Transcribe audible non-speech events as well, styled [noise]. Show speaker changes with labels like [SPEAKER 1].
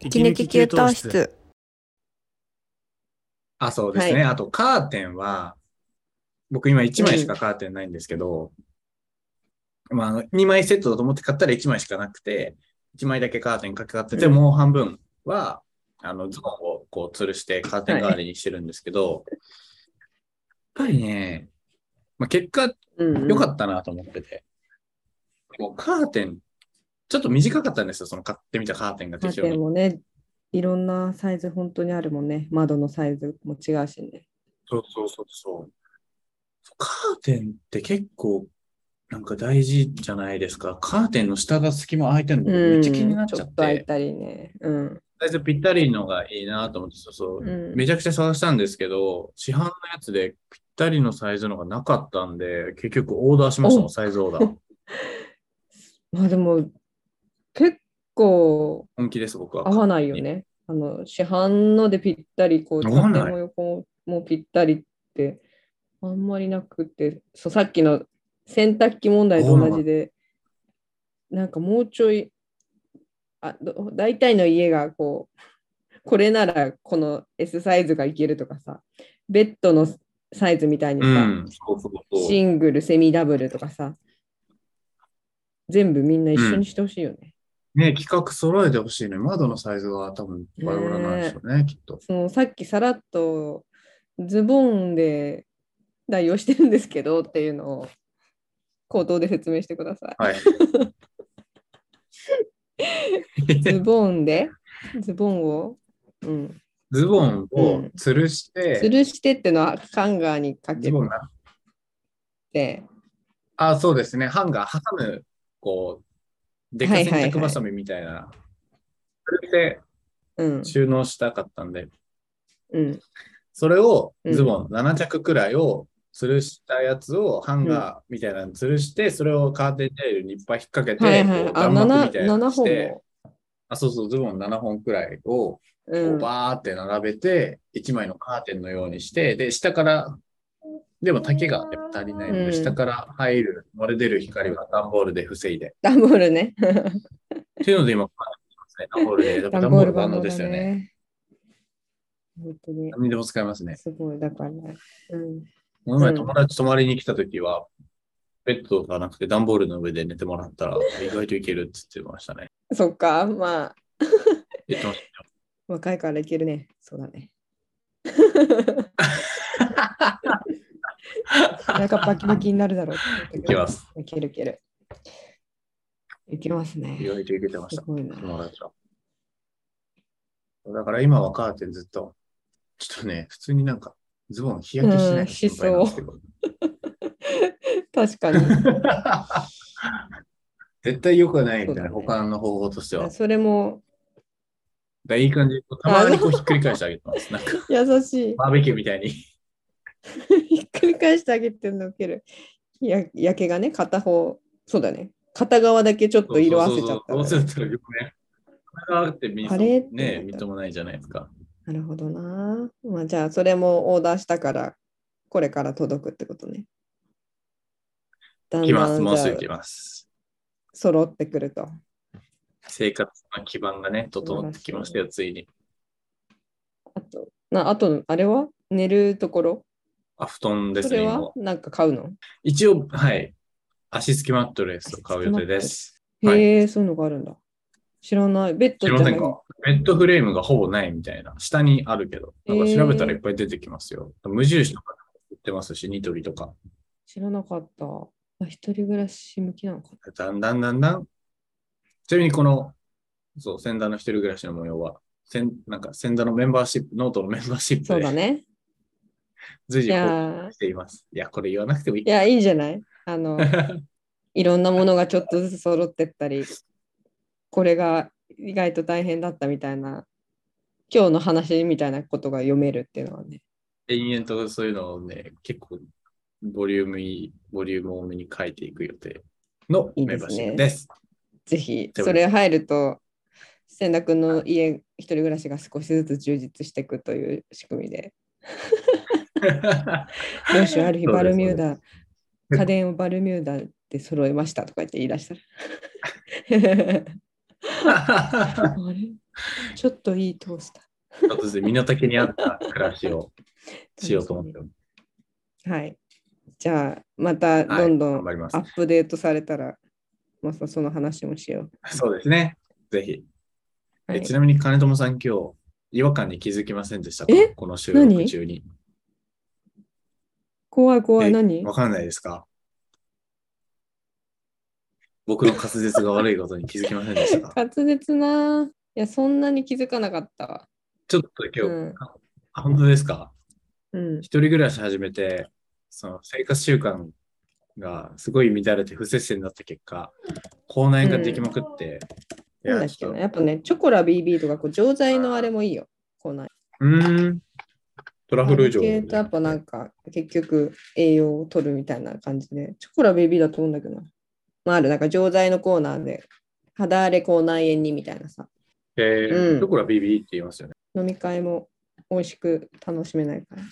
[SPEAKER 1] 息抜き給湯室。
[SPEAKER 2] あ、そうですね。
[SPEAKER 1] はい
[SPEAKER 2] あと、カーテンは、僕今1枚しかカーテンないんですけど、まああの、2枚セットだと思って買ったら1枚しかなくて、1枚だけカーテンかかってて、
[SPEAKER 1] うん
[SPEAKER 2] もう半分は、あの、ズボンをこう吊るしてカーテン代わりにしてるんですけど、やっぱりね、まあ、結果
[SPEAKER 1] うん。
[SPEAKER 2] 良か
[SPEAKER 1] た。
[SPEAKER 2] ったなと思ってて。でもカーテン、ちょっと短かったんですよ、その買ってみたカーテンが
[SPEAKER 1] カ
[SPEAKER 2] 手
[SPEAKER 1] ー
[SPEAKER 2] 帳
[SPEAKER 1] テン
[SPEAKER 2] に。
[SPEAKER 1] もね、いろんなサイズ本当にあるもんね。窓のサイズも違うしね。
[SPEAKER 2] そうそうそうそう。カーテンって結構、なんか大事じゃないですか。カーテンの下が隙間空いてるのめっちゃ気になっちゃ
[SPEAKER 1] うんょ
[SPEAKER 2] っ
[SPEAKER 1] っと開い
[SPEAKER 2] て、
[SPEAKER 1] たりね。うん。
[SPEAKER 2] サイズぴったりのがいいなと思って、そうそう。
[SPEAKER 1] うん、
[SPEAKER 2] めちゃくちゃ探したんですけど、市販のやつでぴったりのサイズのがなかったんで、結局オーダーしましたもん、
[SPEAKER 1] お
[SPEAKER 2] サイズオーダー。
[SPEAKER 1] まあでも、結構
[SPEAKER 2] 本気です、僕は。
[SPEAKER 1] 合わないよね。あの、市販のでぴったり、こう、
[SPEAKER 2] 合わない
[SPEAKER 1] 縦も横ももうぴったりって、あんまりなくて、そうさっきの洗濯機問題と同じで、なんかもうちょい、あど大体の家がこう、これならこの S サイズがいけるとかさ、ベッドのサイズみたいに
[SPEAKER 2] う
[SPEAKER 1] さ、
[SPEAKER 2] ん、そうそうそう。
[SPEAKER 1] シングル、セミダブルとかさ、全部みんな一緒にしてほしいよね。
[SPEAKER 2] ね、企画揃えてほしいね。窓のサイズは多分バラバラなんでしょうね、きっと。
[SPEAKER 1] そのさっきさらっとズボンで代用してるんですけどっていうのを口頭で説明してください。
[SPEAKER 2] はい。
[SPEAKER 1] ズボン
[SPEAKER 2] [laughs]
[SPEAKER 1] でズボンを、うん、
[SPEAKER 2] ズボンを吊るして、
[SPEAKER 1] 吊るしてってのはハンガーにかけ
[SPEAKER 2] ズボンが、
[SPEAKER 1] て、
[SPEAKER 2] あ、そうですね、ハンガー挟む、こう、でか洗濯ばさみみたいな。それ
[SPEAKER 1] うん
[SPEAKER 2] で収納したかったんで、
[SPEAKER 1] うん、
[SPEAKER 2] それを
[SPEAKER 1] うん
[SPEAKER 2] ズボン7着くらいを吊るしたやつをハンガーみたいなの吊るして、それをカーテンテールにいっぱい引っ掛けて、
[SPEAKER 1] はいはい
[SPEAKER 2] こう、
[SPEAKER 1] あ
[SPEAKER 2] 弾幕みたい
[SPEAKER 1] 7,
[SPEAKER 2] なの
[SPEAKER 1] 7
[SPEAKER 2] し
[SPEAKER 1] 本
[SPEAKER 2] て、
[SPEAKER 1] も、
[SPEAKER 2] あ、そうそう、ズボン7本くらいを
[SPEAKER 1] う、
[SPEAKER 2] こうんバーって並べて、一枚のカーテンのようにして、で、下から、でも丈がやっぱ足りないので、
[SPEAKER 1] うん
[SPEAKER 2] 下から入る、漏れ出る光は段ボールで防いで。
[SPEAKER 1] 段ボールね。
[SPEAKER 2] っていうので今、段ボール [laughs] で、やっぱ段ボール万能ですよね。
[SPEAKER 1] ね。本当に
[SPEAKER 2] 何にでも使えますね。
[SPEAKER 1] すごいだから、うん、
[SPEAKER 2] この前友達泊まりに来た時は、ベッドがなくて段ボールの上で寝てもらったら、意外といけるって言ってましたね。
[SPEAKER 1] そっかまあ
[SPEAKER 2] 言ってまし
[SPEAKER 1] 若いからいけるね。そうだね。
[SPEAKER 2] た
[SPEAKER 1] なんかバキバキになるだろうって思ったけど。
[SPEAKER 2] いけます。
[SPEAKER 1] いけるいける。いけます
[SPEAKER 2] 意
[SPEAKER 1] ね。
[SPEAKER 2] 外といけてまし
[SPEAKER 1] す
[SPEAKER 2] た。
[SPEAKER 1] ごいな。
[SPEAKER 2] 友達は。だから今はカーテンずっと、ちょっとね、普通になんかズボン日焼けしな
[SPEAKER 1] う
[SPEAKER 2] い
[SPEAKER 1] んしそう
[SPEAKER 2] 心配なんですけど。
[SPEAKER 1] 確かに。
[SPEAKER 2] [laughs] 絶対良くないみたいな、
[SPEAKER 1] そうだね
[SPEAKER 2] 他の方法としては。だか
[SPEAKER 1] それも
[SPEAKER 2] らいい感じ。たまにこうひっくり返してあげてます。なんか
[SPEAKER 1] 優しい。
[SPEAKER 2] バーベキューみたいに。
[SPEAKER 1] ひっくり返してあげてるのける。や焼けがね、片方、そうだね。片側だけちょっと色あせちゃった
[SPEAKER 2] そ
[SPEAKER 1] ら
[SPEAKER 2] う
[SPEAKER 1] ね。
[SPEAKER 2] そうそうそうするとよくね。これがあってみ
[SPEAKER 1] あれ
[SPEAKER 2] ね、みっともないじゃないですか。
[SPEAKER 1] なるほどな。まあじゃあ、それもオーダーしたから、これから届くってことね。だん
[SPEAKER 2] 来ま
[SPEAKER 1] だ
[SPEAKER 2] す。
[SPEAKER 1] ん
[SPEAKER 2] もうす
[SPEAKER 1] じゃ
[SPEAKER 2] ぐ
[SPEAKER 1] あ
[SPEAKER 2] 来ます。
[SPEAKER 1] 揃ってくると。
[SPEAKER 2] 生活の基盤がね、整ってきましたよ、ついに。
[SPEAKER 1] あと、なあと、あれは寝るところ
[SPEAKER 2] あ、布団です
[SPEAKER 1] そ
[SPEAKER 2] ね、
[SPEAKER 1] れ
[SPEAKER 2] 今は
[SPEAKER 1] は。なんか買うの
[SPEAKER 2] 一応、はい。足すきマットレスを買う予定です。はい
[SPEAKER 1] へえ、そういうのがあるんだ。知らない。ベッド
[SPEAKER 2] 知り
[SPEAKER 1] じゃ
[SPEAKER 2] ま
[SPEAKER 1] な
[SPEAKER 2] せ
[SPEAKER 1] い
[SPEAKER 2] んかベッドフレームがほぼないみたいな。下にあるけど。なんか調べたらいっぱい出てきますよ。無印とか売ってますし、ニトリとか。
[SPEAKER 1] 知らなかった。あ一人暮らし向きなのか
[SPEAKER 2] だんだんだんだん。ちなみにこの、そう、先代の一人暮らしの模様は、せんなんか先代のメンバーシップ、ノートのメンバーシッ
[SPEAKER 1] そ
[SPEAKER 2] プ
[SPEAKER 1] うだ
[SPEAKER 2] で
[SPEAKER 1] ね。
[SPEAKER 2] 随
[SPEAKER 1] い
[SPEAKER 2] 時公
[SPEAKER 1] や
[SPEAKER 2] 開しています。いや、これ言わなくてもいい
[SPEAKER 1] ー、い。や、いいんじゃないあ
[SPEAKER 2] [laughs]
[SPEAKER 1] の、いろんなものがちょっとずつ揃ってったり、これが意外と大変だったみたいな、今日の話みたいなことが読めるっていうのはね。
[SPEAKER 2] 延々とそういうのをね、結構、ボリュームいい、ボリューム多めに書いていく予定の
[SPEAKER 1] いい
[SPEAKER 2] メ
[SPEAKER 1] で
[SPEAKER 2] ン
[SPEAKER 1] すね
[SPEAKER 2] バーシップです。
[SPEAKER 1] ぜひ、
[SPEAKER 2] でも
[SPEAKER 1] それ入ると、千田君の家、一人暮らしが少しずつ充実していくという仕組み
[SPEAKER 2] [laughs]
[SPEAKER 1] で、よし、ある日バルミューダ、
[SPEAKER 2] す
[SPEAKER 1] 家電をバルミューダで揃 [laughs]
[SPEAKER 2] [laughs]
[SPEAKER 1] えましたとか言って言い出したら。あれちょっといいトースタ
[SPEAKER 2] ちょっとずつ身の丈に合った暮らしをしようと思ってます。
[SPEAKER 1] ー。はい。じゃあ、またどんど
[SPEAKER 2] 頑
[SPEAKER 1] ん
[SPEAKER 2] 張りま
[SPEAKER 1] アップデートされたら、またその話もしよう。
[SPEAKER 2] す。そうですね。ぜひ。
[SPEAKER 1] は
[SPEAKER 2] え
[SPEAKER 1] い
[SPEAKER 2] ちなみに金友さん、今日、違和感に気づきませんでしたか
[SPEAKER 1] え
[SPEAKER 2] この収録
[SPEAKER 1] 何
[SPEAKER 2] 中に。
[SPEAKER 1] 怖い怖
[SPEAKER 2] え
[SPEAKER 1] い、何
[SPEAKER 2] わからないですか僕の滑舌が悪いことに気づきません
[SPEAKER 1] [laughs]
[SPEAKER 2] でしたか
[SPEAKER 1] 滑舌なぁ。いや、そんなに気づかなかったわ。
[SPEAKER 2] ちょっと今
[SPEAKER 1] うん。
[SPEAKER 2] 日、あ本当ですか
[SPEAKER 1] うん
[SPEAKER 2] 一人暮らし始めて、その生活習慣がすごい乱れて不摂生になった結果、口内炎ができまくって、い
[SPEAKER 1] なんだ
[SPEAKER 2] や、
[SPEAKER 1] っ
[SPEAKER 2] ち
[SPEAKER 1] け
[SPEAKER 2] ょっ
[SPEAKER 1] な
[SPEAKER 2] と、
[SPEAKER 1] やっぱね、チョコラ BB とかこう錠剤のあれもいいよ。こうな
[SPEAKER 2] うーん、トラフル以上。
[SPEAKER 1] 系とやっぱなんか結局栄養を取るみたいな感じで、チョコラ BB だと思うんだけどな。まあある、なんか錠剤のコーナーで、肌荒れ口内炎にみたいなさ、
[SPEAKER 2] えー
[SPEAKER 1] うん
[SPEAKER 2] ところは BB って言いますよね。
[SPEAKER 1] 飲み会も美味しく楽しめないから。